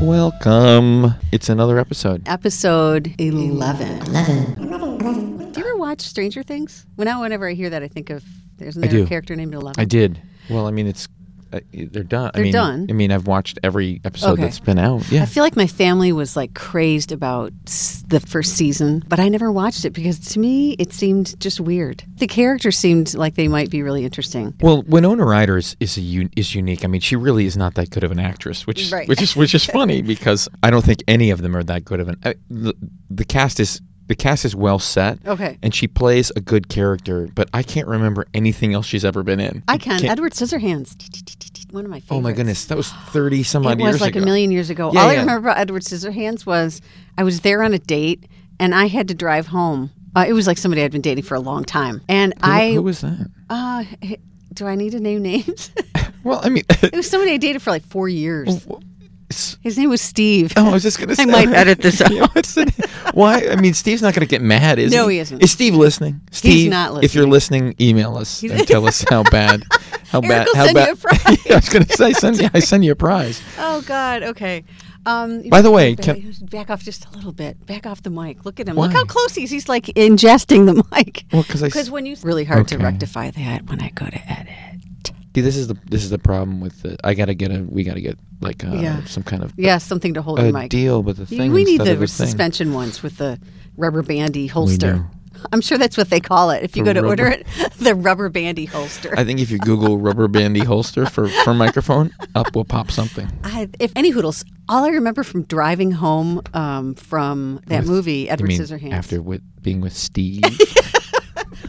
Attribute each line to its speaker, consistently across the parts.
Speaker 1: Welcome. It's another episode.
Speaker 2: episode 11.
Speaker 3: 11.
Speaker 2: Do you ever watch Stranger Things? Well, now whenever I hear that, I think of there's
Speaker 1: I
Speaker 2: another
Speaker 1: do.
Speaker 2: character named 11.
Speaker 1: I did. Well, I mean, it's uh, they're done. I
Speaker 2: They're
Speaker 1: mean,
Speaker 2: done.
Speaker 1: I mean, I've watched every episode
Speaker 2: Okay.
Speaker 1: that's been out. Yeah.
Speaker 2: I feel like my family was like crazed about s- the first season, but I never watched it because to me it seemed just weird. The characters seemed like they might be really interesting.
Speaker 1: well, Winona Ryder is is, a un- is unique. I mean, she really is not that good of an actress, which is
Speaker 2: Right.
Speaker 1: which is which is funny because I don't think any of them are that good of an. I, the, the cast is the cast is well set.
Speaker 2: Okay.
Speaker 1: And she plays a good character, but I can't remember anything else she's ever been in.
Speaker 2: I can.
Speaker 1: Can't-
Speaker 2: Edward Scissorhands. One of my favorites.
Speaker 1: oh my goodness, that was thirty some
Speaker 2: It
Speaker 1: odd years
Speaker 2: was like
Speaker 1: ago.
Speaker 2: a million years ago.
Speaker 1: Yeah,
Speaker 2: All I
Speaker 1: yeah.
Speaker 2: remember about Edward Scissorhands was I was there on a date and I had to drive home. Uh, it was like somebody I'd been dating for a long time, and
Speaker 1: Who-
Speaker 2: I
Speaker 1: who was that?
Speaker 2: Uh, h- do I need to name names?
Speaker 1: Well, I mean,
Speaker 2: it was somebody I dated for like four years.
Speaker 1: s-
Speaker 2: His name was Steve.
Speaker 1: Oh, I was just gonna. say.
Speaker 2: I might edit this out.
Speaker 1: Yeah, what's the- Why? I mean, Steve's not gonna get mad, is
Speaker 2: No,
Speaker 1: he?
Speaker 2: he isn't.
Speaker 1: Is Steve listening? Steve,
Speaker 2: not
Speaker 1: If you're listening, email us and tell us how bad, how
Speaker 2: Eric
Speaker 1: bad,
Speaker 2: will
Speaker 1: how
Speaker 2: send you
Speaker 1: bad.
Speaker 2: a prize.
Speaker 1: Yeah, I was gonna say, send you, I send you a prize.
Speaker 2: Oh God. Okay. Um, you
Speaker 1: By
Speaker 2: know,
Speaker 1: the way,
Speaker 2: back,
Speaker 1: can-
Speaker 2: back off just a little bit. Back off the mic. Look at him.
Speaker 1: Why?
Speaker 2: Look how close he's. He's like ingesting the mic.
Speaker 1: Well, because I s-
Speaker 2: Because when you really hard to
Speaker 1: Okay.
Speaker 2: rectify that when I go to edit.
Speaker 1: see, this is the this is the problem with the. I gotta get a. We gotta get like uh
Speaker 2: Yeah.
Speaker 1: some kind of
Speaker 2: Yeah, something to hold
Speaker 1: a
Speaker 2: the mic.
Speaker 1: deal with the
Speaker 2: You-
Speaker 1: thing.
Speaker 2: we need
Speaker 1: instead of
Speaker 2: the,
Speaker 1: a thing.
Speaker 2: suspension ones with the rubber bandy holster.
Speaker 1: do.
Speaker 2: I'm sure that's what they call it. If you
Speaker 1: The
Speaker 2: go to order
Speaker 1: rubber-
Speaker 2: it, the rubber bandy holster.
Speaker 1: I think if you Google rubber bandy holster for for microphone, up will pop something.
Speaker 2: I, if any hoodles, all I remember from driving home um, from that
Speaker 1: With-
Speaker 2: movie, Edward
Speaker 1: you mean
Speaker 2: Scissorhands,
Speaker 1: after with being with Steve.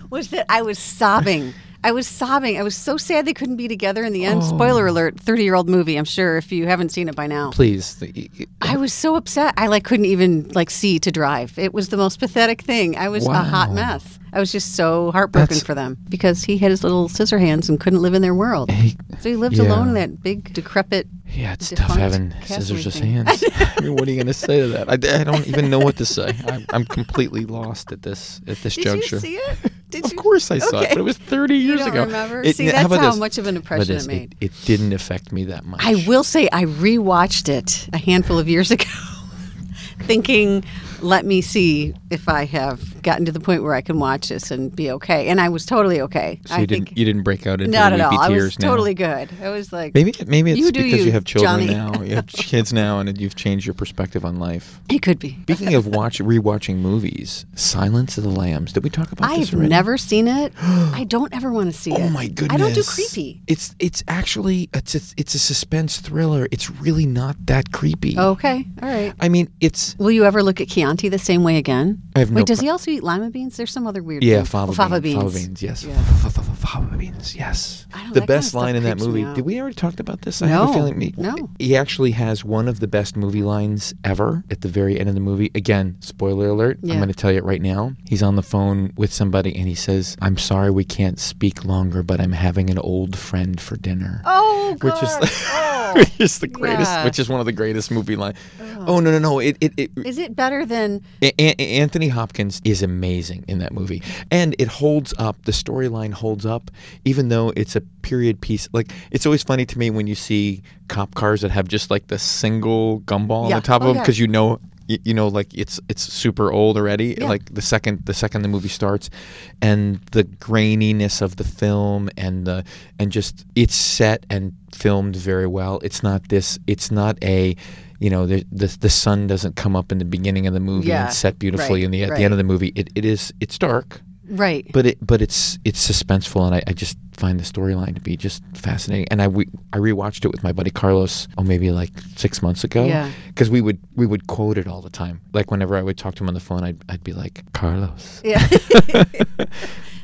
Speaker 2: was that I was sobbing. I was sobbing. I was so sad they couldn't be together in the end. Spoiler alert: thirty-year-old movie. I'm sure if you haven't seen it by now.
Speaker 1: Oh. please. the-
Speaker 2: I was so upset. I like couldn't even like see to drive. It was the most pathetic thing. I was a hot
Speaker 1: Wow.
Speaker 2: mess. I was just so heartbroken for them because he had his little scissor hands and couldn't live in their world.
Speaker 1: He-
Speaker 2: So he lived
Speaker 1: yeah.
Speaker 2: alone in that big decrepit.
Speaker 1: Yeah, it's tough
Speaker 2: defunct
Speaker 1: having
Speaker 2: cast
Speaker 1: scissors as
Speaker 2: meeting.
Speaker 1: hands. I mean, what are you going to say to that? I, I don't even know what to say. I'm, I'm completely lost at this at this
Speaker 2: Did
Speaker 1: juncture.
Speaker 2: you see it? Did
Speaker 1: of
Speaker 2: you?
Speaker 1: course, I saw it,
Speaker 2: Okay.
Speaker 1: but it was 30 years
Speaker 2: don't
Speaker 1: ago.
Speaker 2: remember?
Speaker 1: It-
Speaker 2: See,
Speaker 1: n-
Speaker 2: that's
Speaker 1: about
Speaker 2: how
Speaker 1: this?
Speaker 2: much of an
Speaker 1: How about
Speaker 2: impression it
Speaker 1: this?
Speaker 2: made.
Speaker 1: It, didn't affect me that much.
Speaker 2: I will say I rewatched it a handful of years ago, thinking, "Let me see if I have gotten to the point where I can watch this and be okay." And I was totally okay.
Speaker 1: So
Speaker 2: I
Speaker 1: you didn't
Speaker 2: think
Speaker 1: you didn't break out into
Speaker 2: not at
Speaker 1: weepy
Speaker 2: all. I
Speaker 1: tears
Speaker 2: was
Speaker 1: now.
Speaker 2: totally good. I was like,
Speaker 1: Maybe maybe it's
Speaker 2: You do
Speaker 1: because you,
Speaker 2: you,
Speaker 1: have children
Speaker 2: Johnny.
Speaker 1: now. You have kids now, and you've changed your perspective on life.
Speaker 2: it could be.
Speaker 1: Speaking of watch rewatching movies, Silence of the Lambs. Did we talk about this
Speaker 2: I've
Speaker 1: already?
Speaker 2: never seen it. I don't ever want to see it.
Speaker 1: Oh my goodness!
Speaker 2: I don't do creepy.
Speaker 1: It's it's actually it's it's, it's a suspense thriller. It's really not that creepy.
Speaker 2: Okay, all right.
Speaker 1: I mean, it's
Speaker 2: Will you ever look at Chianti the same way again?
Speaker 1: I have no
Speaker 2: Wait, does
Speaker 1: pl-
Speaker 2: he also eat lima beans? There's some other weird.
Speaker 1: yeah,
Speaker 2: thing.
Speaker 1: fava,
Speaker 2: Oh, fava
Speaker 1: bean-
Speaker 2: beans.
Speaker 1: fava beans. Yes,
Speaker 2: Yeah.
Speaker 1: Fa- fa- fa- fava beans. Yes.
Speaker 2: I don't-
Speaker 1: The
Speaker 2: that kinda
Speaker 1: best
Speaker 2: stuff
Speaker 1: line in that
Speaker 2: creeps me
Speaker 1: movie.
Speaker 2: out.
Speaker 1: Did we already talked about this? I have a
Speaker 2: No,
Speaker 1: feeling. he-
Speaker 2: no.
Speaker 1: He actually has one of the best movie lines ever at the very end of the movie. Again, spoiler alert. I'm
Speaker 2: Yeah.
Speaker 1: going to tell you it right now. He's on the phone with somebody and he says, "I'm sorry we can't speak longer, but I'm having an old friend for dinner."
Speaker 2: Oh god.
Speaker 1: Which is-
Speaker 2: oh.
Speaker 1: which is the greatest,
Speaker 2: Yeah.
Speaker 1: which is one of the greatest movie lines. Oh, no, no, no! It, it, it
Speaker 2: Is it better than
Speaker 1: A- A- Anthony Hopkins is amazing in that movie, and it holds up. The storyline holds up, even though it's a period piece. Like it's always funny to me when you see cop cars that have just like the single gumball
Speaker 2: Yeah.
Speaker 1: on the top
Speaker 2: Oh,
Speaker 1: of them
Speaker 2: yeah.
Speaker 1: because you know. y- You know, like it's it's super old already.
Speaker 2: Yeah.
Speaker 1: Like the second the second the movie starts, and the graininess of the film, and the and just it's set and filmed very well. It's not this. It's not a, you know, the the, the sun doesn't come up in the beginning of the movie movie and
Speaker 2: Yeah,
Speaker 1: it's set beautifully
Speaker 2: right,
Speaker 1: in the at the
Speaker 2: right.
Speaker 1: end of the movie it, it is it's dark
Speaker 2: right?
Speaker 1: but it but it's it's suspenseful and I, I just find the storyline to be just fascinating and I we, I rewatched it with my buddy Carlos oh maybe like six months ago
Speaker 2: Yeah.
Speaker 1: because we would we would quote it all the time like whenever I would talk to him on the phone I'd, I'd be like Carlos
Speaker 2: yeah.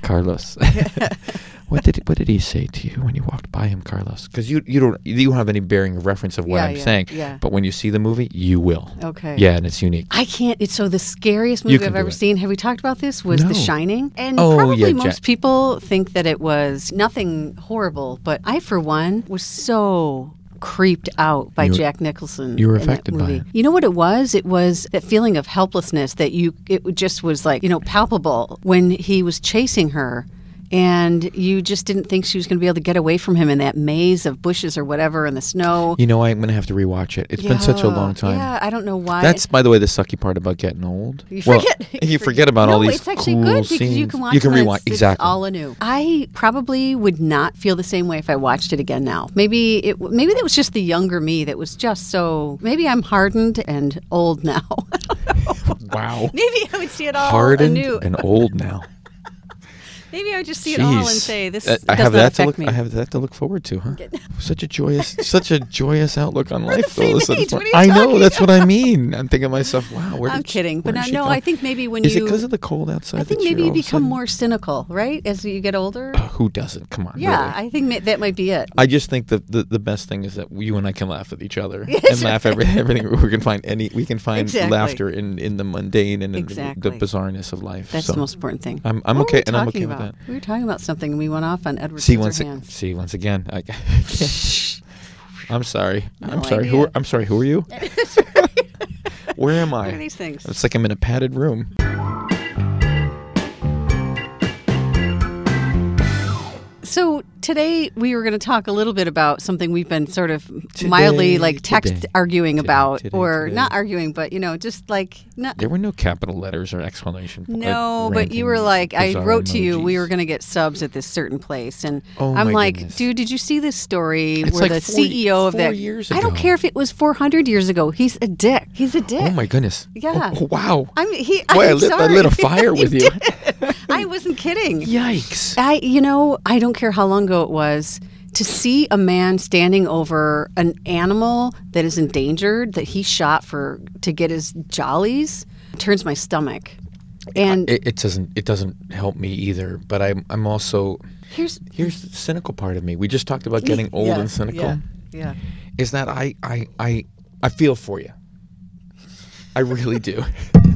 Speaker 1: Carlos what did what did he say to you when you walked by him Carlos because you you don't you don't have any bearing of reference of what
Speaker 2: Yeah,
Speaker 1: I'm
Speaker 2: yeah,
Speaker 1: saying
Speaker 2: yeah.
Speaker 1: but when you see the movie you will
Speaker 2: Okay.
Speaker 1: yeah and it's unique
Speaker 2: I can't. It's so the scariest movie
Speaker 1: can
Speaker 2: I've
Speaker 1: do
Speaker 2: ever
Speaker 1: it.
Speaker 2: seen. Have we talked about this? Was
Speaker 1: No.
Speaker 2: The Shining? And
Speaker 1: Oh,
Speaker 2: probably
Speaker 1: yeah,
Speaker 2: most
Speaker 1: Jack-
Speaker 2: people think that it was nothing horrible, but I, for one, was so creeped out by
Speaker 1: You were-
Speaker 2: Jack Nicholson.
Speaker 1: you were
Speaker 2: in that
Speaker 1: affected by
Speaker 2: movie.
Speaker 1: it.
Speaker 2: You know what it was? It was that feeling of helplessness that you. It just was like you know palpable when he was chasing her. and you just didn't think she was going to be able to get away from him in that maze of bushes or whatever in the snow.
Speaker 1: You know, I'm going to have to rewatch it. It's been such a long time.
Speaker 2: Yeah, I don't know why.
Speaker 1: That's, by the way, the sucky part about getting old.
Speaker 2: You
Speaker 1: Well,
Speaker 2: forget- you
Speaker 1: you
Speaker 2: forget-
Speaker 1: forget about all
Speaker 2: no,
Speaker 1: these
Speaker 2: it's actually
Speaker 1: cool
Speaker 2: good because
Speaker 1: scenes.
Speaker 2: you can watch
Speaker 1: you can
Speaker 2: them,
Speaker 1: rewind
Speaker 2: It's,
Speaker 1: exactly.
Speaker 2: It's all anew. I probably would not feel the same way if I watched it again now. Maybe it. Maybe that was just the younger me that was just so. Maybe I'm hardened and old now.
Speaker 1: wow.
Speaker 2: maybe I would see it all
Speaker 1: Hardened
Speaker 2: anew.
Speaker 1: and old now.
Speaker 2: Maybe I would just see
Speaker 1: Jeez. Uh,
Speaker 2: it all and say this
Speaker 1: I-
Speaker 2: does
Speaker 1: I have
Speaker 2: not
Speaker 1: that to
Speaker 2: affect
Speaker 1: look.
Speaker 2: me.
Speaker 1: I have that to look forward to, huh? Such a joyous, such a joyous outlook on life.
Speaker 2: same
Speaker 1: all of a sudden.
Speaker 2: age, what are you
Speaker 1: I know.
Speaker 2: talking
Speaker 1: That's what I mean. I'm thinking to myself, wow. Where
Speaker 2: I'm
Speaker 1: did she-
Speaker 2: kidding,
Speaker 1: where
Speaker 2: but no,
Speaker 1: did she
Speaker 2: no
Speaker 1: go?
Speaker 2: I think maybe when
Speaker 1: Is it
Speaker 2: you,
Speaker 1: because of the cold outside?
Speaker 2: I think
Speaker 1: that
Speaker 2: maybe
Speaker 1: you're
Speaker 2: you
Speaker 1: all of a
Speaker 2: become
Speaker 1: sudden-
Speaker 2: more cynical, right, as you get older.
Speaker 1: Who doesn't? Come on.
Speaker 2: yeah,
Speaker 1: really.
Speaker 2: I think ma- that might be it.
Speaker 1: I just think the, the the best thing is that you and I can laugh at each other
Speaker 2: Yes,
Speaker 1: and laugh every, everything we can find any we can find
Speaker 2: Exactly.
Speaker 1: laughter in, in the mundane and in
Speaker 2: Exactly.
Speaker 1: the bizarreness of life.
Speaker 2: That's
Speaker 1: so.
Speaker 2: the most important thing.
Speaker 1: I'm- I'm
Speaker 2: What were
Speaker 1: okay-
Speaker 2: we
Speaker 1: and I'm
Speaker 2: talking
Speaker 1: okay with
Speaker 2: about? We were talking about something and we went off on Edward
Speaker 1: see once
Speaker 2: Scissorhands.
Speaker 1: see once again. I, I'm sorry. I'm
Speaker 2: No
Speaker 1: sorry. Who
Speaker 2: idea.
Speaker 1: are, I'm sorry. Who are you? Where am I?
Speaker 2: are these things?
Speaker 1: It's like I'm in a padded room.
Speaker 2: So today we were going to talk a little bit about something we've been sort of mildly
Speaker 1: Today,
Speaker 2: like text
Speaker 1: today,
Speaker 2: arguing
Speaker 1: today,
Speaker 2: about,
Speaker 1: today,
Speaker 2: or
Speaker 1: today.
Speaker 2: not arguing, but you know, just like not.
Speaker 1: There were no capital letters or explanation. or
Speaker 2: No, but you were
Speaker 1: ranting,
Speaker 2: like, I
Speaker 1: bizarre
Speaker 2: wrote to you, we
Speaker 1: emojis.
Speaker 2: were going to get subs at this certain place, and
Speaker 1: Oh,
Speaker 2: I'm
Speaker 1: my
Speaker 2: like,
Speaker 1: goodness.
Speaker 2: dude, did you see this story
Speaker 1: It's
Speaker 2: where
Speaker 1: like
Speaker 2: the
Speaker 1: four-
Speaker 2: CEO of
Speaker 1: four
Speaker 2: that?
Speaker 1: years
Speaker 2: I don't
Speaker 1: ago.
Speaker 2: care if it was 400 years ago. He's a dick. He's a dick.
Speaker 1: Oh my goodness.
Speaker 2: Yeah.
Speaker 1: Oh, wow.
Speaker 2: I'm he.
Speaker 1: Boy,
Speaker 2: I'm
Speaker 1: I lit- I
Speaker 2: sorry.
Speaker 1: lit a fire with you.
Speaker 2: did. I wasn't kidding.
Speaker 1: Yikes.
Speaker 2: I, you know, I don't care how long ago it was. To see a man standing over an animal that is endangered that he shot for to get his jollies turns my stomach. And
Speaker 1: It, it doesn't it doesn't help me either. But I'm I'm also
Speaker 2: here's
Speaker 1: here's the cynical part of me. We just talked about getting old
Speaker 2: Yeah,
Speaker 1: and cynical.
Speaker 2: Yeah, yeah.
Speaker 1: Is that I I I I feel for you. I really do.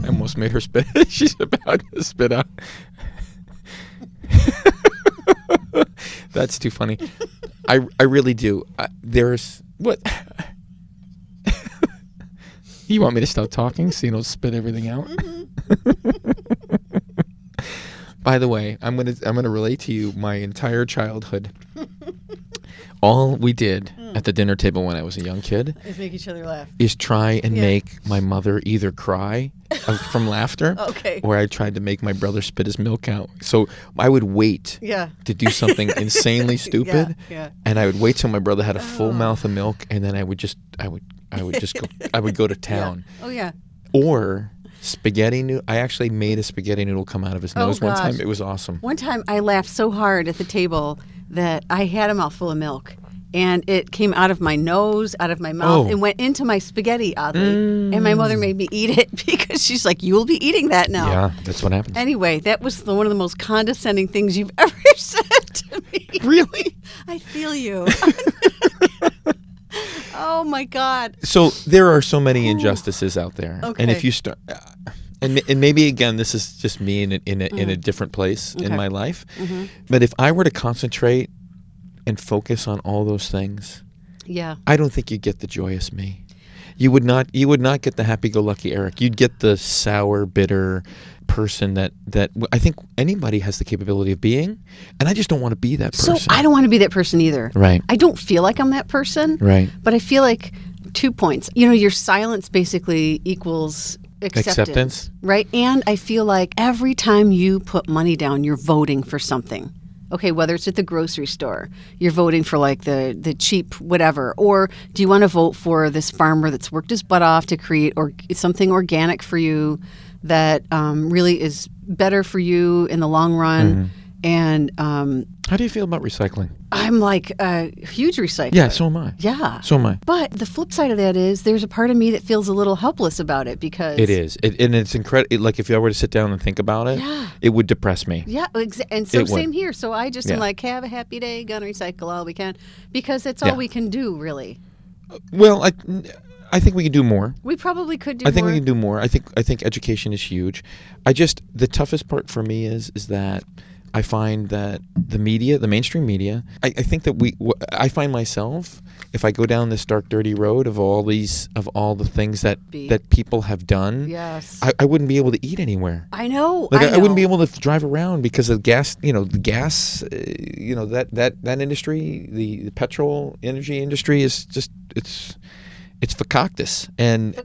Speaker 1: I almost made her spit. She's about to spit out. That's too funny. I I really do. I, there's what. You want me to stop talking so you don't spit everything out? By the way, I'm gonna I'm gonna relate to you my entire childhood. All we did at the dinner table when I was a young kid
Speaker 2: Just make each other laugh.
Speaker 1: is try and
Speaker 2: Yeah.
Speaker 1: make my mother either cry of- from laughter,
Speaker 2: Okay.
Speaker 1: or I tried to make my brother spit his milk out. So I would wait
Speaker 2: Yeah.
Speaker 1: to do something insanely stupid,
Speaker 2: yeah. Oh.
Speaker 1: and I would wait till my brother had a full mouth of milk, and then I would just I would I would just go I would go to town
Speaker 2: Oh yeah.
Speaker 1: or spaghetti noodle. I actually made a spaghetti noodle come out of his
Speaker 2: Oh,
Speaker 1: nose one time.
Speaker 2: gosh.
Speaker 1: It was awesome.
Speaker 2: One time I laughed so hard at the table that I had a mouthful of milk and it came out of my nose, out of my mouth,
Speaker 1: Oh. Mm.
Speaker 2: and went into my spaghetti, oddly. And my mother made me eat it because she's like, You will be eating that now.
Speaker 1: Yeah, that's what happened.
Speaker 2: Anyway, that was the, one of the most condescending things you've ever said to me.
Speaker 1: Really?
Speaker 2: I feel you. oh my God.
Speaker 1: So there are so many injustices out there, and if
Speaker 2: Okay.
Speaker 1: you start, uh, and and maybe again, this is just me in a, in a, in a different place in
Speaker 2: Mm. Okay. Mm-hmm.
Speaker 1: my life, but if I were to concentrate and focus on all those things,
Speaker 2: Yeah.
Speaker 1: I don't think you'd get the joyous me. You would not. You would not get the happy-go-lucky Eric. You'd get the sour, bitter person that that I think anybody has the capability of being, and I just don't want to be that person.
Speaker 2: So I don't want to be that person either.
Speaker 1: Right.
Speaker 2: I don't feel like I'm that person.
Speaker 1: Right.
Speaker 2: But I feel like two points. You know, your silence basically equals acceptance.
Speaker 1: Acceptance.
Speaker 2: Right. And I feel like every time you put money down, you're voting for something. Okay, whether it's at the grocery store, you're voting for like the, the cheap whatever, or do you want to vote for this farmer that's worked his butt off to create or something organic for you that um, really is better for you in the long run?
Speaker 1: Mm-hmm.
Speaker 2: And um,
Speaker 1: How do you feel about recycling?
Speaker 2: I'm like a huge recycler.
Speaker 1: Yeah. So am I.
Speaker 2: Yeah.
Speaker 1: So am I.
Speaker 2: But the flip side of that is there's a part of me that feels a little helpless about it because
Speaker 1: It is, it, and it's incredible. Like if I were to sit down and think about it,
Speaker 2: Yeah.
Speaker 1: it would depress me.
Speaker 2: Yeah, exa- and so
Speaker 1: It would.
Speaker 2: same here. So I just
Speaker 1: Yeah.
Speaker 2: am like, have a happy day, gonna recycle all we can because that's all
Speaker 1: Yeah.
Speaker 2: we can do, really.
Speaker 1: Well, I, I think we can do more.
Speaker 2: We probably could do
Speaker 1: I think
Speaker 2: more.
Speaker 1: we can do more. I think I think education is huge. I just the toughest part for me is is that I find that the media, the mainstream media, I, I think that we wh- I find myself if I go down this dark, dirty road of all these of all the things that
Speaker 2: Be-
Speaker 1: that people have done,
Speaker 2: yes.
Speaker 1: I, I wouldn't be able to eat anywhere.
Speaker 2: I know.
Speaker 1: Like I,
Speaker 2: I,
Speaker 1: I wouldn't be
Speaker 2: know.
Speaker 1: able to f- drive around because of gas. You know, the gas. Uh, you know that that that industry, the, the petrol energy industry, is just it's it's facoctus, and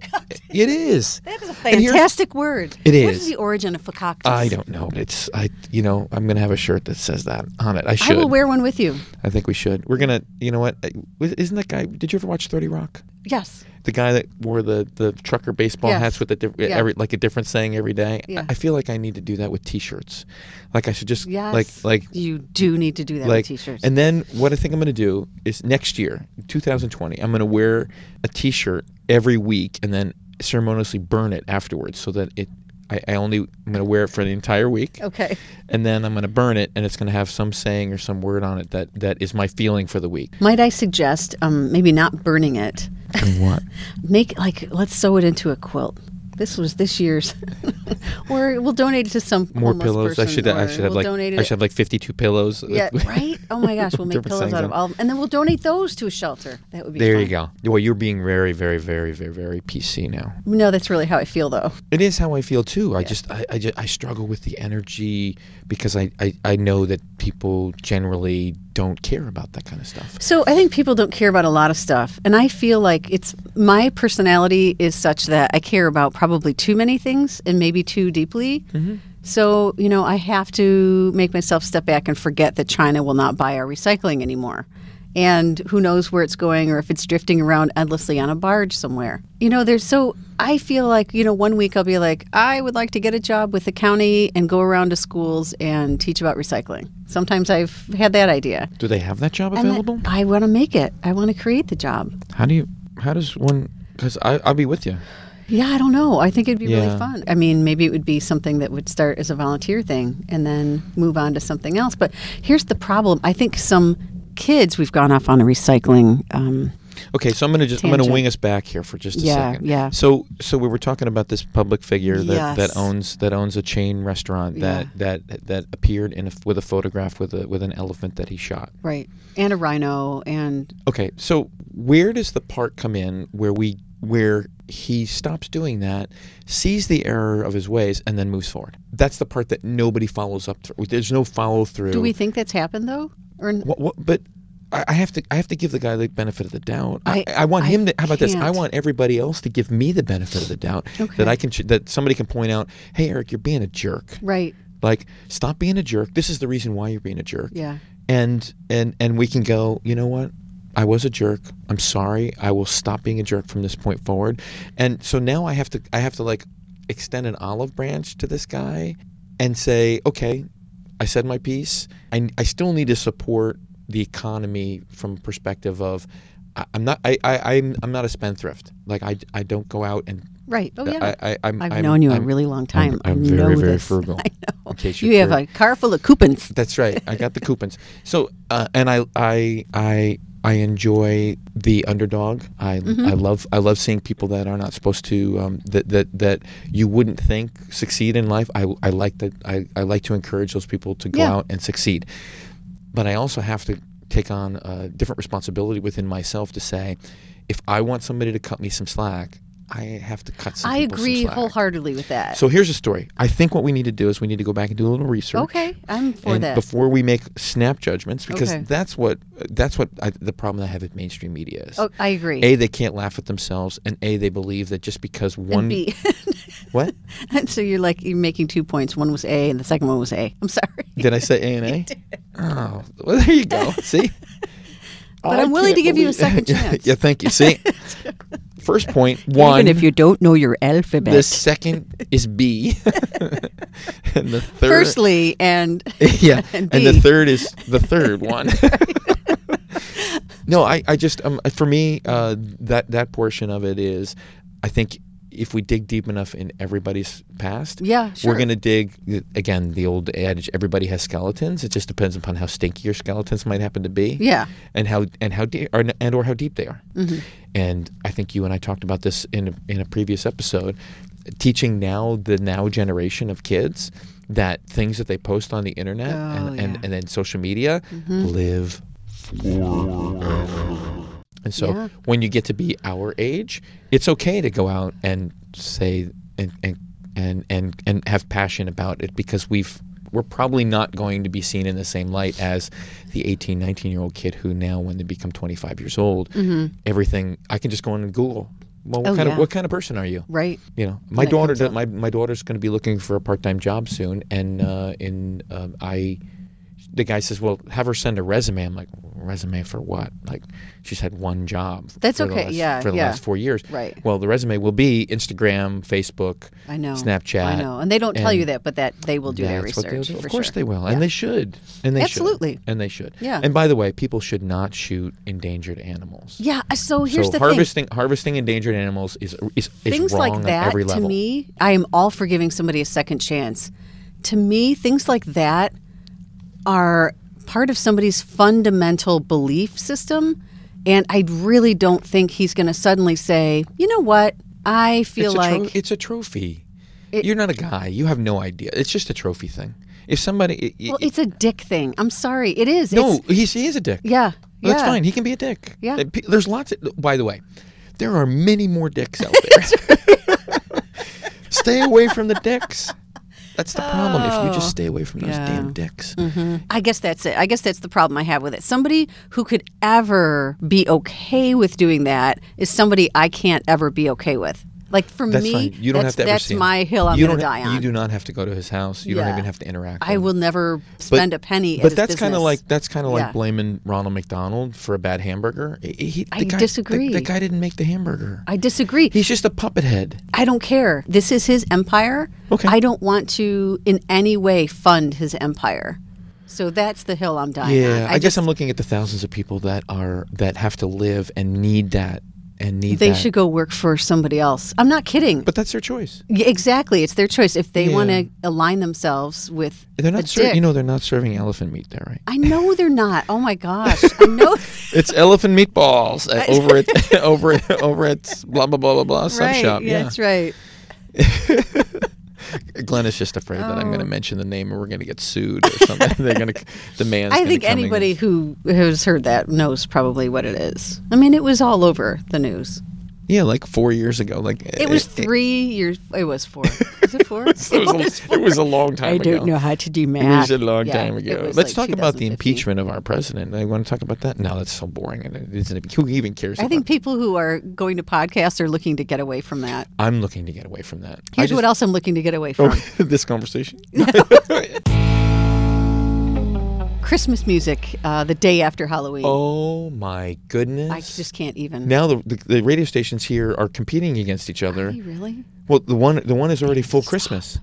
Speaker 1: it is.
Speaker 2: That is a
Speaker 1: And here's-
Speaker 2: fantastic word.
Speaker 1: It
Speaker 2: What
Speaker 1: is.
Speaker 2: is the origin of fakaktis?
Speaker 1: I don't know, but it's I. You know, I'm gonna have a shirt that says that on it. I
Speaker 2: I
Speaker 1: should.
Speaker 2: will wear one with you.
Speaker 1: I think we should. We're gonna. You know what? I- Isn't that guy? Did you ever watch Thirty Rock?
Speaker 2: Yes.
Speaker 1: The guy that wore the, the trucker baseball
Speaker 2: Yes.
Speaker 1: hats with the diff-
Speaker 2: Yeah.
Speaker 1: every like a different saying every day. I-
Speaker 2: Yeah.
Speaker 1: I feel like I need to do that with T-shirts. Like I should just
Speaker 2: Yes.
Speaker 1: like like
Speaker 2: you do need to do that
Speaker 1: like
Speaker 2: with t-shirts.
Speaker 1: and then what i think i'm going to do is next year 2020 i'm going to wear a t-shirt every week and then ceremoniously burn it afterwards so that it i, I only i'm going to wear it for the entire week
Speaker 2: okay.
Speaker 1: and then i'm going to burn it and it's going to have some saying or some word on it that that is my feeling for the week
Speaker 2: Might I suggest um, maybe not burning it?
Speaker 1: what
Speaker 2: Make like let's sew it into a quilt. This was this year's, or we'll donate it to some
Speaker 1: more
Speaker 2: homeless
Speaker 1: pillows i
Speaker 2: person,
Speaker 1: should i
Speaker 2: or
Speaker 1: should have
Speaker 2: we'll
Speaker 1: like
Speaker 2: donate
Speaker 1: i
Speaker 2: it.
Speaker 1: should have like 52 pillows
Speaker 2: yeah, right. Oh my gosh, we'll make
Speaker 1: Different
Speaker 2: pillows
Speaker 1: things on
Speaker 2: out of
Speaker 1: it.
Speaker 2: all, and then we'll donate those to a shelter. That would be
Speaker 1: there
Speaker 2: fun.
Speaker 1: you go well you're being very very very very very pc now
Speaker 2: No, that's really how I feel though.
Speaker 1: It is how I feel too. I just I, I just I struggle with the energy because I, I I know that people generally don't care about that kind of stuff.
Speaker 2: So I think people don't care about a lot of stuff, and I feel like it's my personality is such that I care about probably too many things and maybe too deeply. So you know, I have to make myself step back and forget that China will not buy our recycling anymore, and who knows where it's going or if it's drifting around endlessly on a barge somewhere. You know, there's so I feel like you know one week I'll be like I would like to get a job with the county and go around to schools and teach about recycling. Sometimes I've had that idea.
Speaker 1: Do they have that job
Speaker 2: And that-
Speaker 1: available?
Speaker 2: I want to make it. I want to create the job.
Speaker 1: How do you? How does one? Because I I'll be with you.
Speaker 2: Yeah, I don't know. I think it'd be
Speaker 1: Yeah.
Speaker 2: really fun. I mean, maybe it would be something that would start as a volunteer thing and then move on to something else. But here's the problem I think some kids, we've gone off on a recycling. Um,
Speaker 1: Okay, so I'm gonna just I'm gonna
Speaker 2: Tangent.
Speaker 1: wing us back here for just a
Speaker 2: Yeah,
Speaker 1: second.
Speaker 2: yeah.
Speaker 1: So so we were talking about this public figure that, that
Speaker 2: Yes.
Speaker 1: owns that owns a chain restaurant
Speaker 2: Yeah.
Speaker 1: that that that appeared in a, with a photograph with a with an elephant that he shot.
Speaker 2: right. And a rhino. And
Speaker 1: Okay, so where does the part come in where we where he stops doing that, sees the error of his ways, and then moves forward? That's the part that nobody follows up through. There's no follow through.
Speaker 2: do we think that's happened, though? Or n-
Speaker 1: What, what, but I I have to I have to give the guy the benefit of the doubt. I,
Speaker 2: I-
Speaker 1: I want
Speaker 2: I
Speaker 1: him to. How about this? I
Speaker 2: can't.
Speaker 1: want everybody else to give me the benefit of the doubt that I can ch- that somebody can point out. Hey, Eric, you're being a jerk.
Speaker 2: Right.
Speaker 1: Like, stop being a jerk. This is the reason why you're being a jerk
Speaker 2: Yeah.
Speaker 1: and and and we can go you know what i was a jerk i'm sorry i will stop being a jerk from this point forward and so now i have to i have to like extend an olive branch to this guy and say okay i said my piece i, I still need to support the economy from a perspective of I, i'm not I, I i'm i'm not a spendthrift like i i don't go out and
Speaker 2: Right. Oh, yeah.
Speaker 1: I, I, I'm,
Speaker 2: I've
Speaker 1: I'm-
Speaker 2: known you
Speaker 1: I'm-
Speaker 2: a really long time.
Speaker 1: I'm
Speaker 2: I
Speaker 1: very,
Speaker 2: know
Speaker 1: very
Speaker 2: this.
Speaker 1: frugal.
Speaker 2: I know.
Speaker 1: in case you're
Speaker 2: You have
Speaker 1: curious.
Speaker 2: a car full of coupons.
Speaker 1: That's right. I got the coupons. So uh, and I I I I enjoy the underdog. I
Speaker 2: Mm-hmm.
Speaker 1: I love I love seeing people that are not supposed to um, that that that you wouldn't think succeed in life. I I like that. I I like to encourage those people to go
Speaker 2: Yeah.
Speaker 1: out and succeed. But I also have to take on a different responsibility within myself to say, if I want somebody to cut me some slack, I have to cut some.
Speaker 2: I
Speaker 1: people some
Speaker 2: agree
Speaker 1: slack.
Speaker 2: wholeheartedly with that.
Speaker 1: So here's the story. I think what we need to do is we need to go back and do a little research
Speaker 2: okay. I'm for
Speaker 1: and
Speaker 2: that.
Speaker 1: before we make snap judgments because
Speaker 2: Okay.
Speaker 1: that's what that's what I, the problem I have with mainstream media is
Speaker 2: oh, I agree.
Speaker 1: a they can't laugh at themselves and a they believe that just because one
Speaker 2: B.
Speaker 1: what
Speaker 2: And so you're like you're making two points. One was A, and the second one was A. I'm sorry,
Speaker 1: did I say A and A oh well there you go see
Speaker 2: But
Speaker 1: I
Speaker 2: I'm willing to
Speaker 1: can't
Speaker 2: give you a
Speaker 1: believe-
Speaker 2: second
Speaker 1: Yeah,
Speaker 2: chance.
Speaker 1: yeah thank you see first point one
Speaker 2: you don't know your alphabet.
Speaker 1: the second is B and the third
Speaker 2: Firstly, and
Speaker 1: yeah, and,
Speaker 2: And
Speaker 1: the
Speaker 2: B.
Speaker 1: third is the third one. no, I, I just um, for me uh, that that portion of it is, I think if we dig deep enough in everybody's past,
Speaker 2: Yeah, sure.
Speaker 1: we're going to dig uh, again the old adage: everybody has skeletons. It just depends upon how stinky your skeletons might happen to be,
Speaker 2: Yeah.
Speaker 1: and how and how de- or, and or how deep they are.
Speaker 2: Mm-hmm.
Speaker 1: And I think you and I talked about this in a, in a previous episode. Teaching now the now generation of kids that things that they post on the internet and,
Speaker 2: Oh,
Speaker 1: and,
Speaker 2: yeah. Mm-hmm.
Speaker 1: and then social media live and so
Speaker 2: Yeah.
Speaker 1: when you get to be our age, it's okay to go out and say and and and and, and have passion about it because we've we're probably not going to be seen in the same light as the 18, 19 year old kid who now, when they become 25 years old, everything, I can just go on and Google. Well, what,
Speaker 2: Mm-hmm. Oh,
Speaker 1: kind
Speaker 2: yeah.
Speaker 1: of, what kind of person are you?
Speaker 2: Right.
Speaker 1: You know, my
Speaker 2: that
Speaker 1: daughter,
Speaker 2: comes
Speaker 1: does,
Speaker 2: up.
Speaker 1: my, my daughter's going to be looking for a part-time job soon. And, uh, in, um, I, the guy says, well, have her send a resume. I'm like, resume for what? Like she's had one job.
Speaker 2: That's
Speaker 1: for the
Speaker 2: okay.
Speaker 1: last-
Speaker 2: Yeah,
Speaker 1: For the
Speaker 2: yeah.
Speaker 1: last four years.
Speaker 2: Right.
Speaker 1: Well, the resume will be Instagram, Facebook,
Speaker 2: I know.
Speaker 1: Snapchat.
Speaker 2: I know. And they don't tell
Speaker 1: and
Speaker 2: you that, but that they will do their
Speaker 1: that's what they'll
Speaker 2: research.
Speaker 1: do.
Speaker 2: for
Speaker 1: Of course
Speaker 2: sure.
Speaker 1: they will, and they should, and they
Speaker 2: Absolutely.
Speaker 1: should, and they should.
Speaker 2: Yeah.
Speaker 1: And by the way, people should not shoot endangered animals.
Speaker 2: Yeah. uh, So here's
Speaker 1: so
Speaker 2: the thing.
Speaker 1: harvesting harvesting endangered animals is is, is
Speaker 2: things
Speaker 1: wrong
Speaker 2: like
Speaker 1: on
Speaker 2: that
Speaker 1: every level.
Speaker 2: to me i am all for giving somebody a second chance to me things like that are part of somebody's fundamental belief system and i really don't think he's going to suddenly say you know what i feel
Speaker 1: it's a
Speaker 2: like
Speaker 1: tro- it's a trophy.
Speaker 2: It-
Speaker 1: You're not a guy. You have no idea. It's just a trophy thing. If somebody, i- i-
Speaker 2: well it's a dick thing i'm sorry it is
Speaker 1: no,
Speaker 2: It's-
Speaker 1: he's, he is a dick.
Speaker 2: yeah
Speaker 1: That's
Speaker 2: yeah.
Speaker 1: fine. He can be a dick.
Speaker 2: Yeah.
Speaker 1: Uh, pe- There's lots of, by the way, there are many more dicks out there. stay away from the dicks. That's the problem. If you
Speaker 2: Oh.
Speaker 1: just stay away from those
Speaker 2: Yeah.
Speaker 1: damn
Speaker 2: Mm-hmm.
Speaker 1: dicks.
Speaker 2: I guess that's it. I guess that's the problem I have with it. Somebody who could ever be okay with doing that is somebody I can't ever be okay with. Like for
Speaker 1: That's
Speaker 2: me,
Speaker 1: fine. You don't
Speaker 2: that's,
Speaker 1: have to ever
Speaker 2: that's
Speaker 1: see him.
Speaker 2: my hill I'm
Speaker 1: you
Speaker 2: going to
Speaker 1: don't ha-
Speaker 2: die on.
Speaker 1: You do not have to go to his house. You don't
Speaker 2: Yeah.
Speaker 1: even have to interact. with
Speaker 2: I
Speaker 1: him.
Speaker 2: will never spend a penny. at
Speaker 1: But
Speaker 2: his
Speaker 1: that's kind of
Speaker 2: business.
Speaker 1: like that's kind of
Speaker 2: Yeah.
Speaker 1: like blaming Ronald McDonald for a bad hamburger. I- He, the
Speaker 2: I
Speaker 1: guy,
Speaker 2: disagree.
Speaker 1: The, the guy didn't make the hamburger.
Speaker 2: I disagree.
Speaker 1: He's just a puppet head.
Speaker 2: I don't care. This is his empire.
Speaker 1: Okay.
Speaker 2: I don't want to in any way fund his empire. So that's the hill I'm dying on.
Speaker 1: Yeah, I, guess
Speaker 2: just-
Speaker 1: I'm looking at the thousands of people that are that have to live and need that and need
Speaker 2: They
Speaker 1: that.
Speaker 2: should go work for somebody else. I'm not kidding.
Speaker 1: but that's their choice.
Speaker 2: Yeah, exactly. It's their choice. If they
Speaker 1: Yeah.
Speaker 2: want to align themselves with
Speaker 1: They're
Speaker 2: a
Speaker 1: not ser-
Speaker 2: dick-
Speaker 1: you know they're not serving elephant meat there, right?
Speaker 2: I know they're not. Oh my gosh. I know
Speaker 1: It's elephant meatballs at, over at over at, over at blah blah blah blah blah some
Speaker 2: right.
Speaker 1: shop.
Speaker 2: yeah,
Speaker 1: Yeah,
Speaker 2: That's right.
Speaker 1: Glenn is just afraid that I'm
Speaker 2: oh.
Speaker 1: going to mention the name and we're going to get sued or something. they're going to the man's.
Speaker 2: I
Speaker 1: gonna
Speaker 2: think
Speaker 1: come in
Speaker 2: anybody who has heard that knows probably what it is. I mean, it was all over the news.
Speaker 1: and- yeah, like four years ago. Like
Speaker 2: It was three years. It was four. Was it four?
Speaker 1: It was, a, it was a long time
Speaker 2: I
Speaker 1: ago.
Speaker 2: don't know how to do
Speaker 1: It
Speaker 2: math.
Speaker 1: was a long
Speaker 2: Yeah,
Speaker 1: time
Speaker 2: it
Speaker 1: ago.
Speaker 2: was
Speaker 1: Let's
Speaker 2: like
Speaker 1: talk about the
Speaker 2: 2015.
Speaker 1: impeachment of our president. I want to talk about that. No, that's so boring. And it isn't, who even cares?
Speaker 2: I
Speaker 1: about-
Speaker 2: think people who are going to podcasts are looking to get away from that.
Speaker 1: I'm looking to get away from that. I
Speaker 2: Here's
Speaker 1: just- Oh.
Speaker 2: what else I'm looking to get away from:
Speaker 1: this conversation.
Speaker 2: Christmas music. Uh, the day after Halloween.
Speaker 1: oh my goodness!
Speaker 2: I just can't even.
Speaker 1: now the, the the radio stations here are competing against each other.
Speaker 2: Hey, really?
Speaker 1: Well, the one the one is already full Christmas.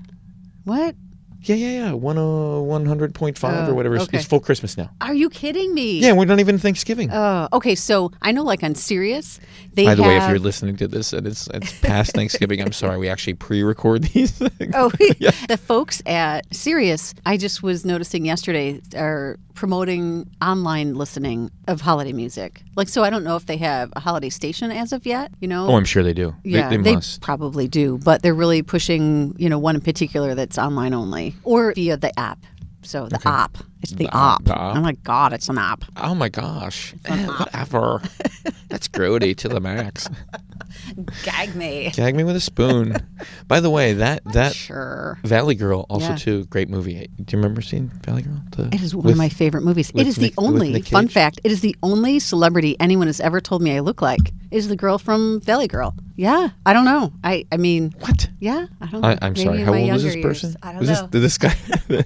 Speaker 2: What?
Speaker 1: Yeah, yeah, yeah. One uh, one hundred point five
Speaker 2: Oh,
Speaker 1: or whatever is,
Speaker 2: okay.
Speaker 1: is full Christmas now.
Speaker 2: Are you kidding me?
Speaker 1: Yeah, we're not even Thanksgiving.
Speaker 2: Oh, okay. So I know, like on Sirius, they
Speaker 1: By the way, if
Speaker 2: have-
Speaker 1: you're listening to this and it's it's past Thanksgiving, I'm sorry. We actually pre-record these. Things.
Speaker 2: Oh, the folks at Sirius, I just was noticing yesterday, are promoting online listening of holiday music. Like, so I don't know if they have a holiday station as of yet, you know?
Speaker 1: Oh, I'm sure they do. They-
Speaker 2: yeah,
Speaker 1: they, must.
Speaker 2: probably do, but they're really pushing, you know, one in particular that's online only or via the app. So the app. It's the, app.
Speaker 1: the app.
Speaker 2: Oh my God, it's an app.
Speaker 1: Oh my gosh! Eh, whatever. That's grody to the max.
Speaker 2: Gag me.
Speaker 1: Gag me with a spoon. By the way, that that
Speaker 2: Sure.
Speaker 1: Valley Girl also
Speaker 2: Yeah.
Speaker 1: too great movie. Do you remember seeing Valley Girl? The-
Speaker 2: It is one
Speaker 1: with-
Speaker 2: of my favorite movies. It
Speaker 1: with
Speaker 2: is
Speaker 1: Nick-
Speaker 2: the
Speaker 1: with
Speaker 2: only
Speaker 1: Nick
Speaker 2: fun
Speaker 1: Cage?
Speaker 2: fact. It is the only celebrity anyone has ever told me I look like is the girl from Valley Girl. Yeah, I don't know. I I mean,
Speaker 1: what?
Speaker 2: yeah, I don't.
Speaker 1: I,
Speaker 2: know.
Speaker 1: I'm
Speaker 2: Maybe
Speaker 1: sorry.
Speaker 2: in
Speaker 1: How
Speaker 2: my
Speaker 1: old was this
Speaker 2: younger years.
Speaker 1: person?
Speaker 2: I don't
Speaker 1: was
Speaker 2: know.
Speaker 1: This, this guy?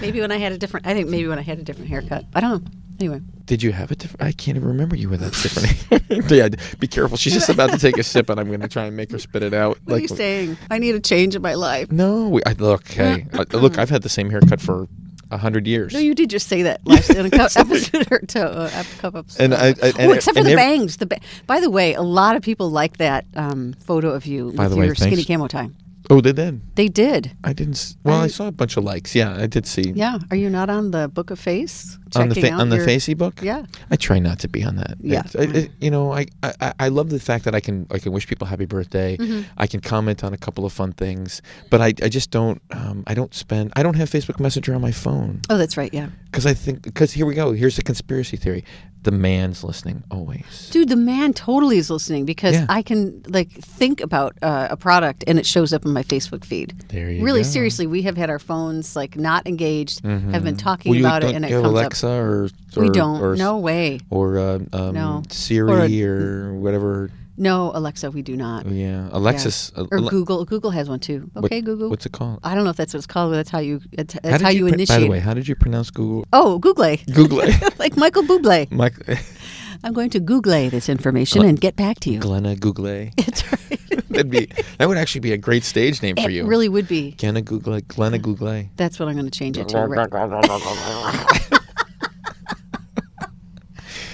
Speaker 2: Maybe when I had a different. I think maybe when I had a different haircut. I don't know. Anyway,
Speaker 1: Did you have a different? I can't even remember you with that different. yeah, be careful. She's just about to take a sip, and I'm going to try and make her spit it out.
Speaker 2: what are you saying? I need a change in my life.
Speaker 1: No, we, I, look, hey, I, look, I've had the same haircut for hundred years.
Speaker 2: No, you did just say that last in a cup episode or to uh, ep- cup episode.
Speaker 1: And I- I- and-
Speaker 2: oh, except for
Speaker 1: and
Speaker 2: the
Speaker 1: every-
Speaker 2: bangs. The ba- by the way, a lot of people like that um, photo of you
Speaker 1: By
Speaker 2: with
Speaker 1: the way,
Speaker 2: your skinny
Speaker 1: thanks.
Speaker 2: camo tie.
Speaker 1: oh, they did.
Speaker 2: They did.
Speaker 1: I didn't. s- Well, I,
Speaker 2: I-
Speaker 1: saw a bunch of likes. Yeah, I did see
Speaker 2: Yeah. Are you not on the Book of Face?
Speaker 1: on the
Speaker 2: Checking
Speaker 1: fa-
Speaker 2: out
Speaker 1: on the
Speaker 2: your-
Speaker 1: Facey book.
Speaker 2: Yeah.
Speaker 1: I try not to be on that.
Speaker 2: Yeah.
Speaker 1: It's- I- I- you know, I, I I- I love the fact that I can I can wish people happy birthday.
Speaker 2: Mm-hmm.
Speaker 1: I can comment on a couple of fun things, but I, I just don't um, I don't spend I don't have Facebook Messenger on my phone
Speaker 2: Oh, that's right. Yeah.
Speaker 1: because I think because here we go here's the conspiracy theory the man's listening always.
Speaker 2: Dude, the man totally is listening because
Speaker 1: Yeah.
Speaker 2: I can like think about uh, a product and it shows up in my Facebook feed.
Speaker 1: There you
Speaker 2: really
Speaker 1: go. Mm-hmm.
Speaker 2: seriously, we have had our phones like not engaged. Have been talking
Speaker 1: Well, you
Speaker 2: about it
Speaker 1: don't-
Speaker 2: and it
Speaker 1: you have
Speaker 2: comes
Speaker 1: Alexa or,
Speaker 2: up.
Speaker 1: or
Speaker 2: We don't.
Speaker 1: or,
Speaker 2: no way.
Speaker 1: or uh, um,
Speaker 2: No.
Speaker 1: Siri or, whatever.
Speaker 2: No, Alexa, we do not.
Speaker 1: Yeah, Alexis
Speaker 2: Or
Speaker 1: Ale-
Speaker 2: Google. Google has one too.
Speaker 1: what-
Speaker 2: Okay, Google.
Speaker 1: What's it called?
Speaker 2: I don't know if that's what it's called, but that's how you. That's, that's
Speaker 1: did
Speaker 2: how you,
Speaker 1: pr-
Speaker 2: initiate.
Speaker 1: By the way, how did you pronounce Google?
Speaker 2: Oh, Google.
Speaker 1: Google.
Speaker 2: like Michael Bublé.
Speaker 1: Mike
Speaker 2: I'm going to Google this information and get back to you.
Speaker 1: Glenna Google.
Speaker 2: That's right.
Speaker 1: That'd be that would actually be a great stage name for
Speaker 2: It
Speaker 1: you.
Speaker 2: really would be.
Speaker 1: Glenna Google. Glenna Google.
Speaker 2: That's what I'm going to change it to. right-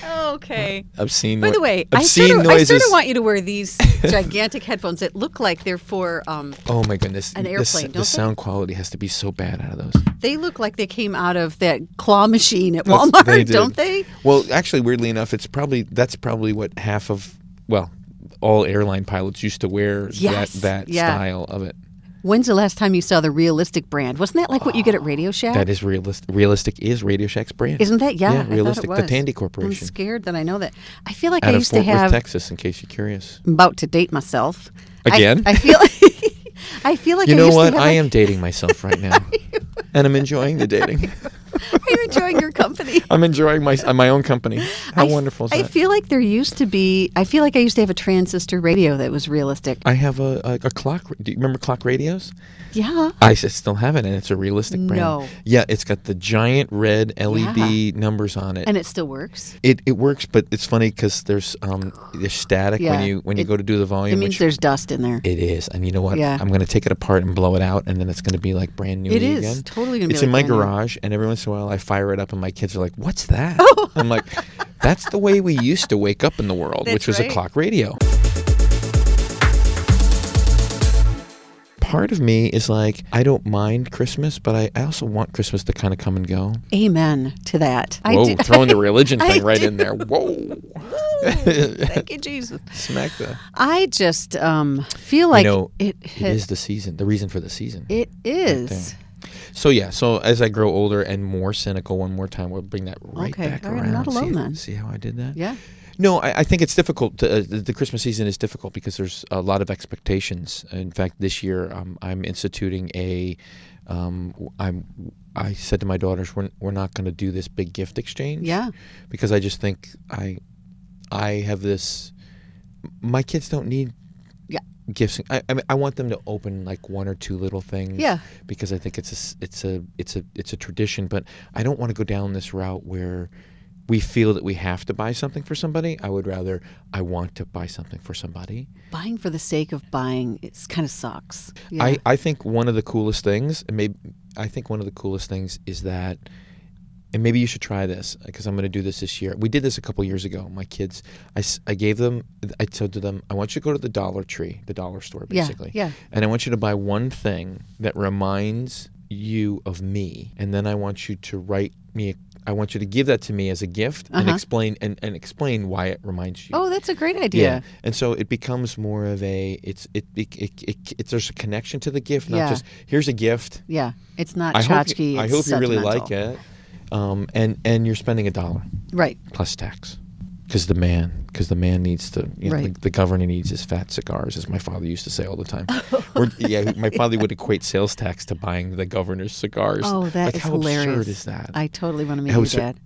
Speaker 3: okay.
Speaker 1: Obscene.
Speaker 3: By
Speaker 1: noi-
Speaker 3: the way, I
Speaker 1: obscene
Speaker 3: sort, of, I
Speaker 1: noises.
Speaker 3: sort of want you to wear these.
Speaker 2: Gigantic headphones that look like they're for. Um,
Speaker 1: Oh my goodness!
Speaker 2: An
Speaker 1: the s-
Speaker 2: airplane,
Speaker 1: The,
Speaker 2: don't they?
Speaker 1: sound quality has to be so bad out of those.
Speaker 2: they look like they came out of that claw machine at
Speaker 1: That's-
Speaker 2: Walmart,
Speaker 1: they did.
Speaker 2: don't they?
Speaker 1: Well, actually, weirdly enough, it's probably that's probably what half of well, all airline pilots used to wear
Speaker 2: Yes,
Speaker 1: that that
Speaker 2: yeah.
Speaker 1: style of it.
Speaker 2: When's the last time you saw the realistic brand? Wasn't that like what you get at Radio Shack?
Speaker 1: That is realistic. Realistic is Radio Shack's brand.
Speaker 2: Isn't that yeah? I thought it
Speaker 1: realistic.
Speaker 2: was.
Speaker 1: The Tandy
Speaker 2: I'm
Speaker 1: Corporation
Speaker 2: scared that I know that. I feel like
Speaker 1: out
Speaker 2: I
Speaker 1: of
Speaker 2: used
Speaker 1: Fort
Speaker 2: to have.
Speaker 1: Worth, Texas. In case you're curious.
Speaker 2: I'm about to date myself I-
Speaker 1: Again?
Speaker 2: I, feel. I feel like
Speaker 1: You
Speaker 2: I
Speaker 1: know
Speaker 2: used
Speaker 1: what?
Speaker 2: To have,
Speaker 1: I
Speaker 2: like-
Speaker 1: am dating myself right now, and I'm enjoying the dating.
Speaker 2: I'm enjoying your company.
Speaker 1: I'm enjoying my uh, my own company. How
Speaker 2: I f-
Speaker 1: wonderful is
Speaker 2: I
Speaker 1: that?
Speaker 2: feel like there used to be. I feel like I used to have a transistor radio that was realistic.
Speaker 1: I have a, a, a clock. Do you remember clock radios?
Speaker 2: yeah.
Speaker 1: I s- still have it, and it's a realistic brand.
Speaker 2: No.
Speaker 1: Yeah, it's got the giant red LED numbers on it.
Speaker 2: And it still works.
Speaker 1: it, it works, but it's funny because there's um there's static
Speaker 2: Yeah,
Speaker 1: when you when you
Speaker 2: it-
Speaker 1: go to do the
Speaker 2: It
Speaker 1: volume.
Speaker 2: means
Speaker 1: which
Speaker 2: there's dust in there.
Speaker 1: it is, and you know what?
Speaker 2: Yeah.
Speaker 1: I'm gonna take it apart and blow it out, and then it's gonna be like brand new.
Speaker 2: It is
Speaker 1: again.
Speaker 2: totally gonna be
Speaker 1: It's
Speaker 2: like
Speaker 1: in my
Speaker 2: brand new.
Speaker 1: garage, and every once in a while I fire it up, and my kids are like, "What's that?"
Speaker 2: Oh.
Speaker 1: I'm like, "That's the way we used to wake up in the world,
Speaker 3: That's
Speaker 1: which was
Speaker 3: right.
Speaker 1: a clock radio." Part of me is like, I don't mind Christmas, but I, I also want Christmas to kind of come and go.
Speaker 2: Amen to that.
Speaker 1: Whoa,
Speaker 2: I do.
Speaker 1: throwing the religion
Speaker 2: I
Speaker 1: thing right in
Speaker 2: do.
Speaker 1: there. Whoa,
Speaker 2: Thank you, Jesus.
Speaker 1: smack the.
Speaker 2: I just um, feel like
Speaker 1: know,
Speaker 2: it,
Speaker 1: It is the season. The reason for the season.
Speaker 2: It is.
Speaker 1: So yeah, so as I grow older and more cynical, one more time, we'll bring that right
Speaker 2: Okay,
Speaker 1: back
Speaker 2: all right,
Speaker 1: around.
Speaker 2: I'm not alone
Speaker 1: see,
Speaker 2: then.
Speaker 1: See how I did that?
Speaker 2: Yeah.
Speaker 1: No, I, I think it's difficult. To, uh, the the Christmas season is difficult because there's a lot of expectations. In fact, this year um, I'm instituting a. Um, w- I'm. I said to my daughters, we're we're not going to do this big gift exchange.
Speaker 2: Yeah.
Speaker 1: Because I just think I, I have this. My kids don't need.
Speaker 2: Yeah.
Speaker 1: Gifts. I, I mean, I want them to open like one or two little things
Speaker 2: Yeah.
Speaker 1: because I think it's a s- it's a it's a it's a tradition. But I don't want to go down this route where we feel that we have to buy something for somebody. I would rather I want to buy something for somebody.
Speaker 2: Buying for the sake of buying it's kind of sucks. Yeah.
Speaker 1: I I think one of the coolest things, and maybe I think one of the coolest things is that. And maybe you should try this because I'm going to do this this year. We did this a couple years ago. My kids, I, s- I gave them, I told them, I want you to go to the Dollar Tree, the dollar store,
Speaker 2: yeah.
Speaker 1: basically.
Speaker 2: Yeah.
Speaker 1: and I want you to buy one thing that reminds you of me, and then I want you to write me. A, I want you to give that to me as a gift and
Speaker 2: Uh-huh.
Speaker 1: explain and, and explain why it reminds you.
Speaker 2: Oh, that's a great idea.
Speaker 1: and so it becomes more of a it's it it, it, it, it there's a connection to the gift, not
Speaker 2: Yeah.
Speaker 1: just here's a gift.
Speaker 2: Yeah. It's not
Speaker 1: I hope
Speaker 2: tchotchke.
Speaker 1: you, I
Speaker 2: it's
Speaker 1: hope you really
Speaker 2: sentimental.
Speaker 1: like it, um, and and you're spending a dollar
Speaker 2: Right.
Speaker 1: plus tax. Because the man, because the man needs to, you know,
Speaker 2: Right.
Speaker 1: the, the governor needs his fat cigars, as my father used to say all the time.
Speaker 2: Oh,
Speaker 1: Or, yeah, my father would equate sales tax to buying the governor's cigars.
Speaker 2: Oh, that
Speaker 1: like,
Speaker 2: is
Speaker 1: how
Speaker 2: hilarious.
Speaker 1: absurd is that?
Speaker 2: I totally want to meet
Speaker 1: How
Speaker 2: your
Speaker 1: absurd-
Speaker 2: dad.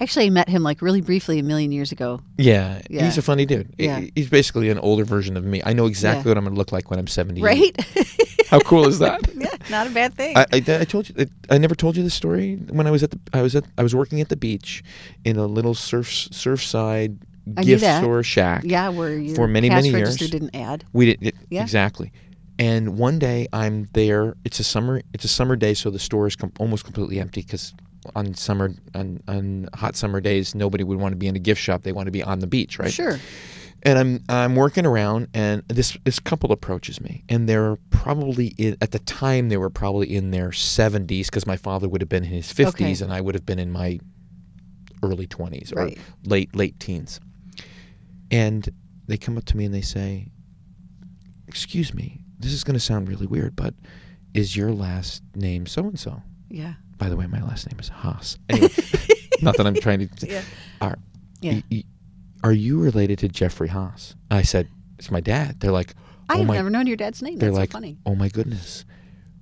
Speaker 2: Actually, I met him like really briefly a million years ago.
Speaker 1: yeah,
Speaker 2: Yeah.
Speaker 1: he's a funny dude. He-
Speaker 2: Yeah.
Speaker 1: he's basically an older version of me. I know exactly what I'm going to look like when I'm 70.
Speaker 2: Right?
Speaker 1: How cool is that?
Speaker 2: yeah. Not a bad thing.
Speaker 1: I, I, I told you I never told you this story when I was at the I was at I was working at the beach in a little surf surfside
Speaker 2: I knew
Speaker 1: gift
Speaker 2: that.
Speaker 1: store shack.
Speaker 2: yeah. Where your
Speaker 1: for many,
Speaker 2: cash
Speaker 1: many
Speaker 2: register
Speaker 1: years.
Speaker 2: didn't add.
Speaker 1: We did it,
Speaker 2: Yeah.
Speaker 1: exactly. And one day I'm there. It's a summer. It's a summer day, so the store is com- almost completely empty because on summer on, on hot summer days nobody would want to be in a gift shop. They want to be on the beach, right?
Speaker 2: Sure.
Speaker 1: And I'm I'm working around, and this this couple approaches me, and they're probably in, at the time they were probably in their 70s because my father would have been in his 50s
Speaker 2: Okay.
Speaker 1: and I would have been in my early 20s or
Speaker 2: Right.
Speaker 1: late late teens. And they come up to me and they say, "Excuse me, this is going to sound really weird, but is your last name so and so?"
Speaker 2: Yeah.
Speaker 1: By the way, my last name is Haas. Anyway, not that I'm trying to.
Speaker 3: Yeah.
Speaker 1: Are,
Speaker 2: Yeah.
Speaker 1: y- y- are you related to Jeffrey Haas? I said, it's my dad. They're like,
Speaker 2: I
Speaker 1: oh
Speaker 2: have
Speaker 1: my.
Speaker 2: never known your dad's name.
Speaker 1: they're
Speaker 2: That's
Speaker 1: like,
Speaker 2: so funny.
Speaker 1: oh my goodness,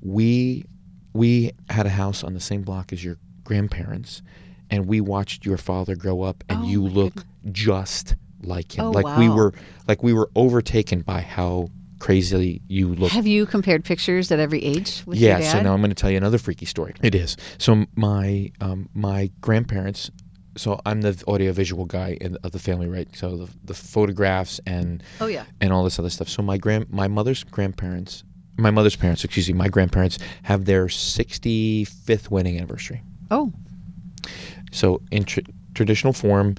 Speaker 1: we we had a house on the same block as your grandparents, and we watched your father grow up, and
Speaker 2: Oh
Speaker 1: you
Speaker 2: my
Speaker 1: look just like him.
Speaker 2: Oh,
Speaker 1: like we
Speaker 2: wow.
Speaker 1: were like we were overtaken by how crazy you look
Speaker 2: Have you compared pictures at every age with
Speaker 1: yeah,
Speaker 2: your dad?
Speaker 1: so now I'm going to tell you another freaky story. It is. So my um, my grandparents. So I'm the audiovisual guy in, of the family, right? So the, the photographs and
Speaker 2: Oh, yeah.
Speaker 1: and all this other stuff. So my grand my mother's grandparents, my mother's parents, excuse me, my grandparents have their 65th wedding anniversary.
Speaker 2: Oh,
Speaker 1: So in tr- traditional form,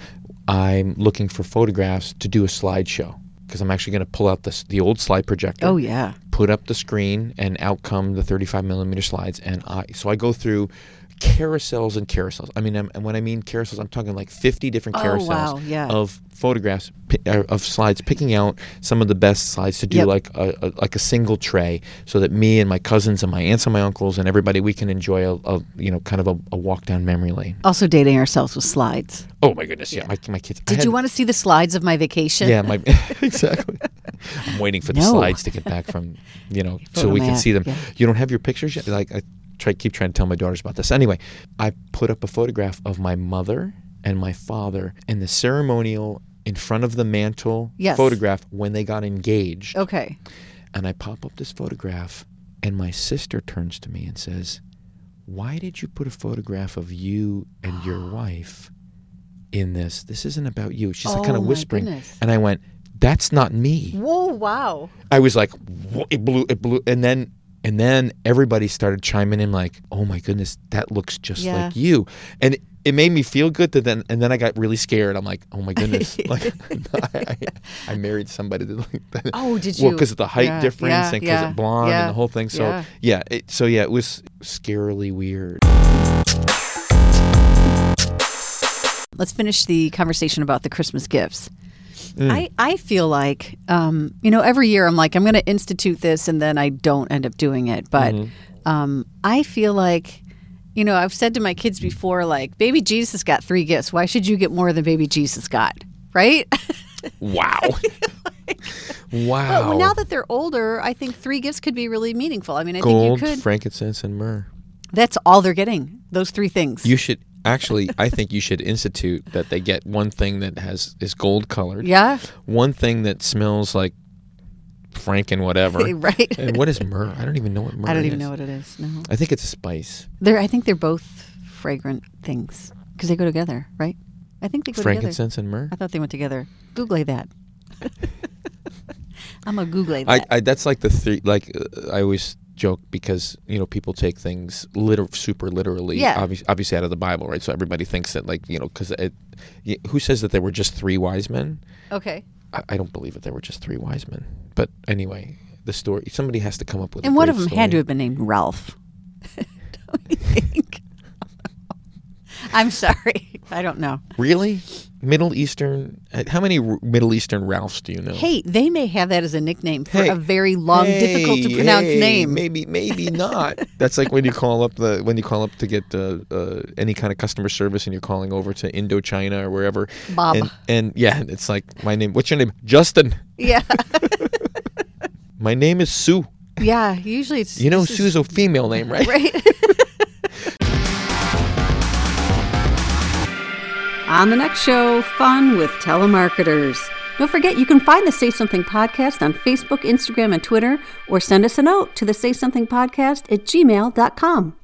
Speaker 1: I'm looking for photographs to do a slideshow because I'm actually going to pull out this the old slide projector
Speaker 2: oh yeah.
Speaker 1: put up the screen and out come the 35 millimeter slides and i so i go through carousels and carousels i mean I'm, and when i mean carousels i'm talking like 50 different
Speaker 2: Oh,
Speaker 1: carousels
Speaker 2: wow, yeah.
Speaker 1: of photographs pi- uh, of slides picking out some of the best slides to do
Speaker 2: Yep.
Speaker 1: like a, a like a single tray so that me and my cousins and my aunts and my uncles and everybody we can enjoy a, a you know kind of a, a walk down memory lane
Speaker 2: Also dating ourselves with slides.
Speaker 1: oh my goodness yeah, my, my kids I
Speaker 2: Did
Speaker 1: had-
Speaker 2: you want to see the slides of my vacation?
Speaker 1: yeah, my, exactly. I'm waiting for the
Speaker 2: No.
Speaker 1: slides to get back from, you know, so we can
Speaker 2: Photomat,
Speaker 1: see them.
Speaker 2: yeah.
Speaker 1: You don't have your pictures yet? Like, I try, keep trying to tell my daughters about this. Anyway, I put up a photograph of my mother and my father in the ceremonial in front of the mantle
Speaker 2: Yes. Oh.
Speaker 1: photograph when they got engaged.
Speaker 2: Okay.
Speaker 1: And I pop up this photograph, and my sister turns to me and says, Why did you put a photograph of you and your wife in this? This isn't about you. She's like kind
Speaker 2: Oh,
Speaker 1: of
Speaker 2: my
Speaker 1: whispering.
Speaker 2: goodness.
Speaker 1: And I went, That's not me.
Speaker 2: Whoa! Wow.
Speaker 1: I was like, "Wha- It blew, it blew. And then. And then everybody started chiming in like, "Oh my goodness, that looks just
Speaker 2: Yeah.
Speaker 1: like you," and it, it made me feel good. To then, and then I got really scared. I'm like, "Oh my goodness!" like, I, I, I married somebody that looked that.
Speaker 2: Oh, did you?
Speaker 1: Well, because of the height
Speaker 2: Yeah,
Speaker 1: difference
Speaker 2: yeah,
Speaker 1: and because
Speaker 2: yeah,
Speaker 1: of blonde
Speaker 2: yeah,
Speaker 1: and the whole thing. So
Speaker 2: yeah.
Speaker 1: yeah, it, so yeah, it was scarily weird.
Speaker 2: Let's finish the conversation about the Christmas gifts.
Speaker 1: Mm.
Speaker 2: I, I feel like, um, you know, every year I'm like, I'm going to institute this and then I don't end up doing it. But
Speaker 1: Mm-hmm.
Speaker 2: um, I feel like, you know, I've said to my kids before, like, baby Jesus got three gifts. Why should you get more than baby Jesus got? Right?
Speaker 1: Wow. wow.
Speaker 2: But now that they're older, I think three gifts could be really meaningful. I mean, I
Speaker 1: Gold,
Speaker 2: think you could.
Speaker 1: frankincense, and myrrh.
Speaker 2: That's all they're getting, those three things.
Speaker 1: You should actually. I think you should institute that they get one thing that has is gold colored.
Speaker 2: yeah?
Speaker 1: One thing that smells like franken whatever.
Speaker 2: right.
Speaker 1: and what is myrrh? I don't even know what myrrh.
Speaker 2: I don't even
Speaker 1: is.
Speaker 2: know what it is. No.
Speaker 1: I think it's a spice.
Speaker 2: They're, I think they're both fragrant things because they go together, right? I think they go together.
Speaker 1: Frankincense and myrrh.
Speaker 2: I thought they went together. Google that. I'm a Google that.
Speaker 1: I, I that's like the three like uh, I always joke because you know people take things liter- super literally
Speaker 2: Yeah.
Speaker 1: obvi- obviously out of the bible right so everybody thinks that like you know because who says that there were just three wise men
Speaker 2: okay.
Speaker 1: I, I don't believe that there were just three wise men but anyway the story somebody has to come up with a
Speaker 2: And one of
Speaker 1: great
Speaker 2: them had to
Speaker 1: story.
Speaker 2: have been named Ralph. Don't you think? I'm sorry. I don't know.
Speaker 1: really middle eastern uh, how many r- middle eastern ralphs do you know
Speaker 2: Hey, they may have that as a nickname for
Speaker 1: Hey.
Speaker 2: a very long, difficult to
Speaker 1: Hey,
Speaker 2: pronounce
Speaker 1: hey,
Speaker 2: name.
Speaker 1: Maybe, maybe not. That's like when you call up the when you call up to get uh, uh, any kind of customer service, and you're calling over to Indochina or wherever.
Speaker 2: Bob.
Speaker 1: And, and yeah, and it's like my name. What's your name? Justin.
Speaker 2: Yeah.
Speaker 1: My name is Sue.
Speaker 2: yeah. Usually it's.
Speaker 1: You know,
Speaker 2: this is-
Speaker 1: Sue's a female name, right?
Speaker 2: Right.
Speaker 4: On the next show, fun with telemarketers. Don't forget, you can find the Say Something Podcast on Facebook, Instagram, and Twitter, or send us a note to the Say Something Podcast at gmail.com.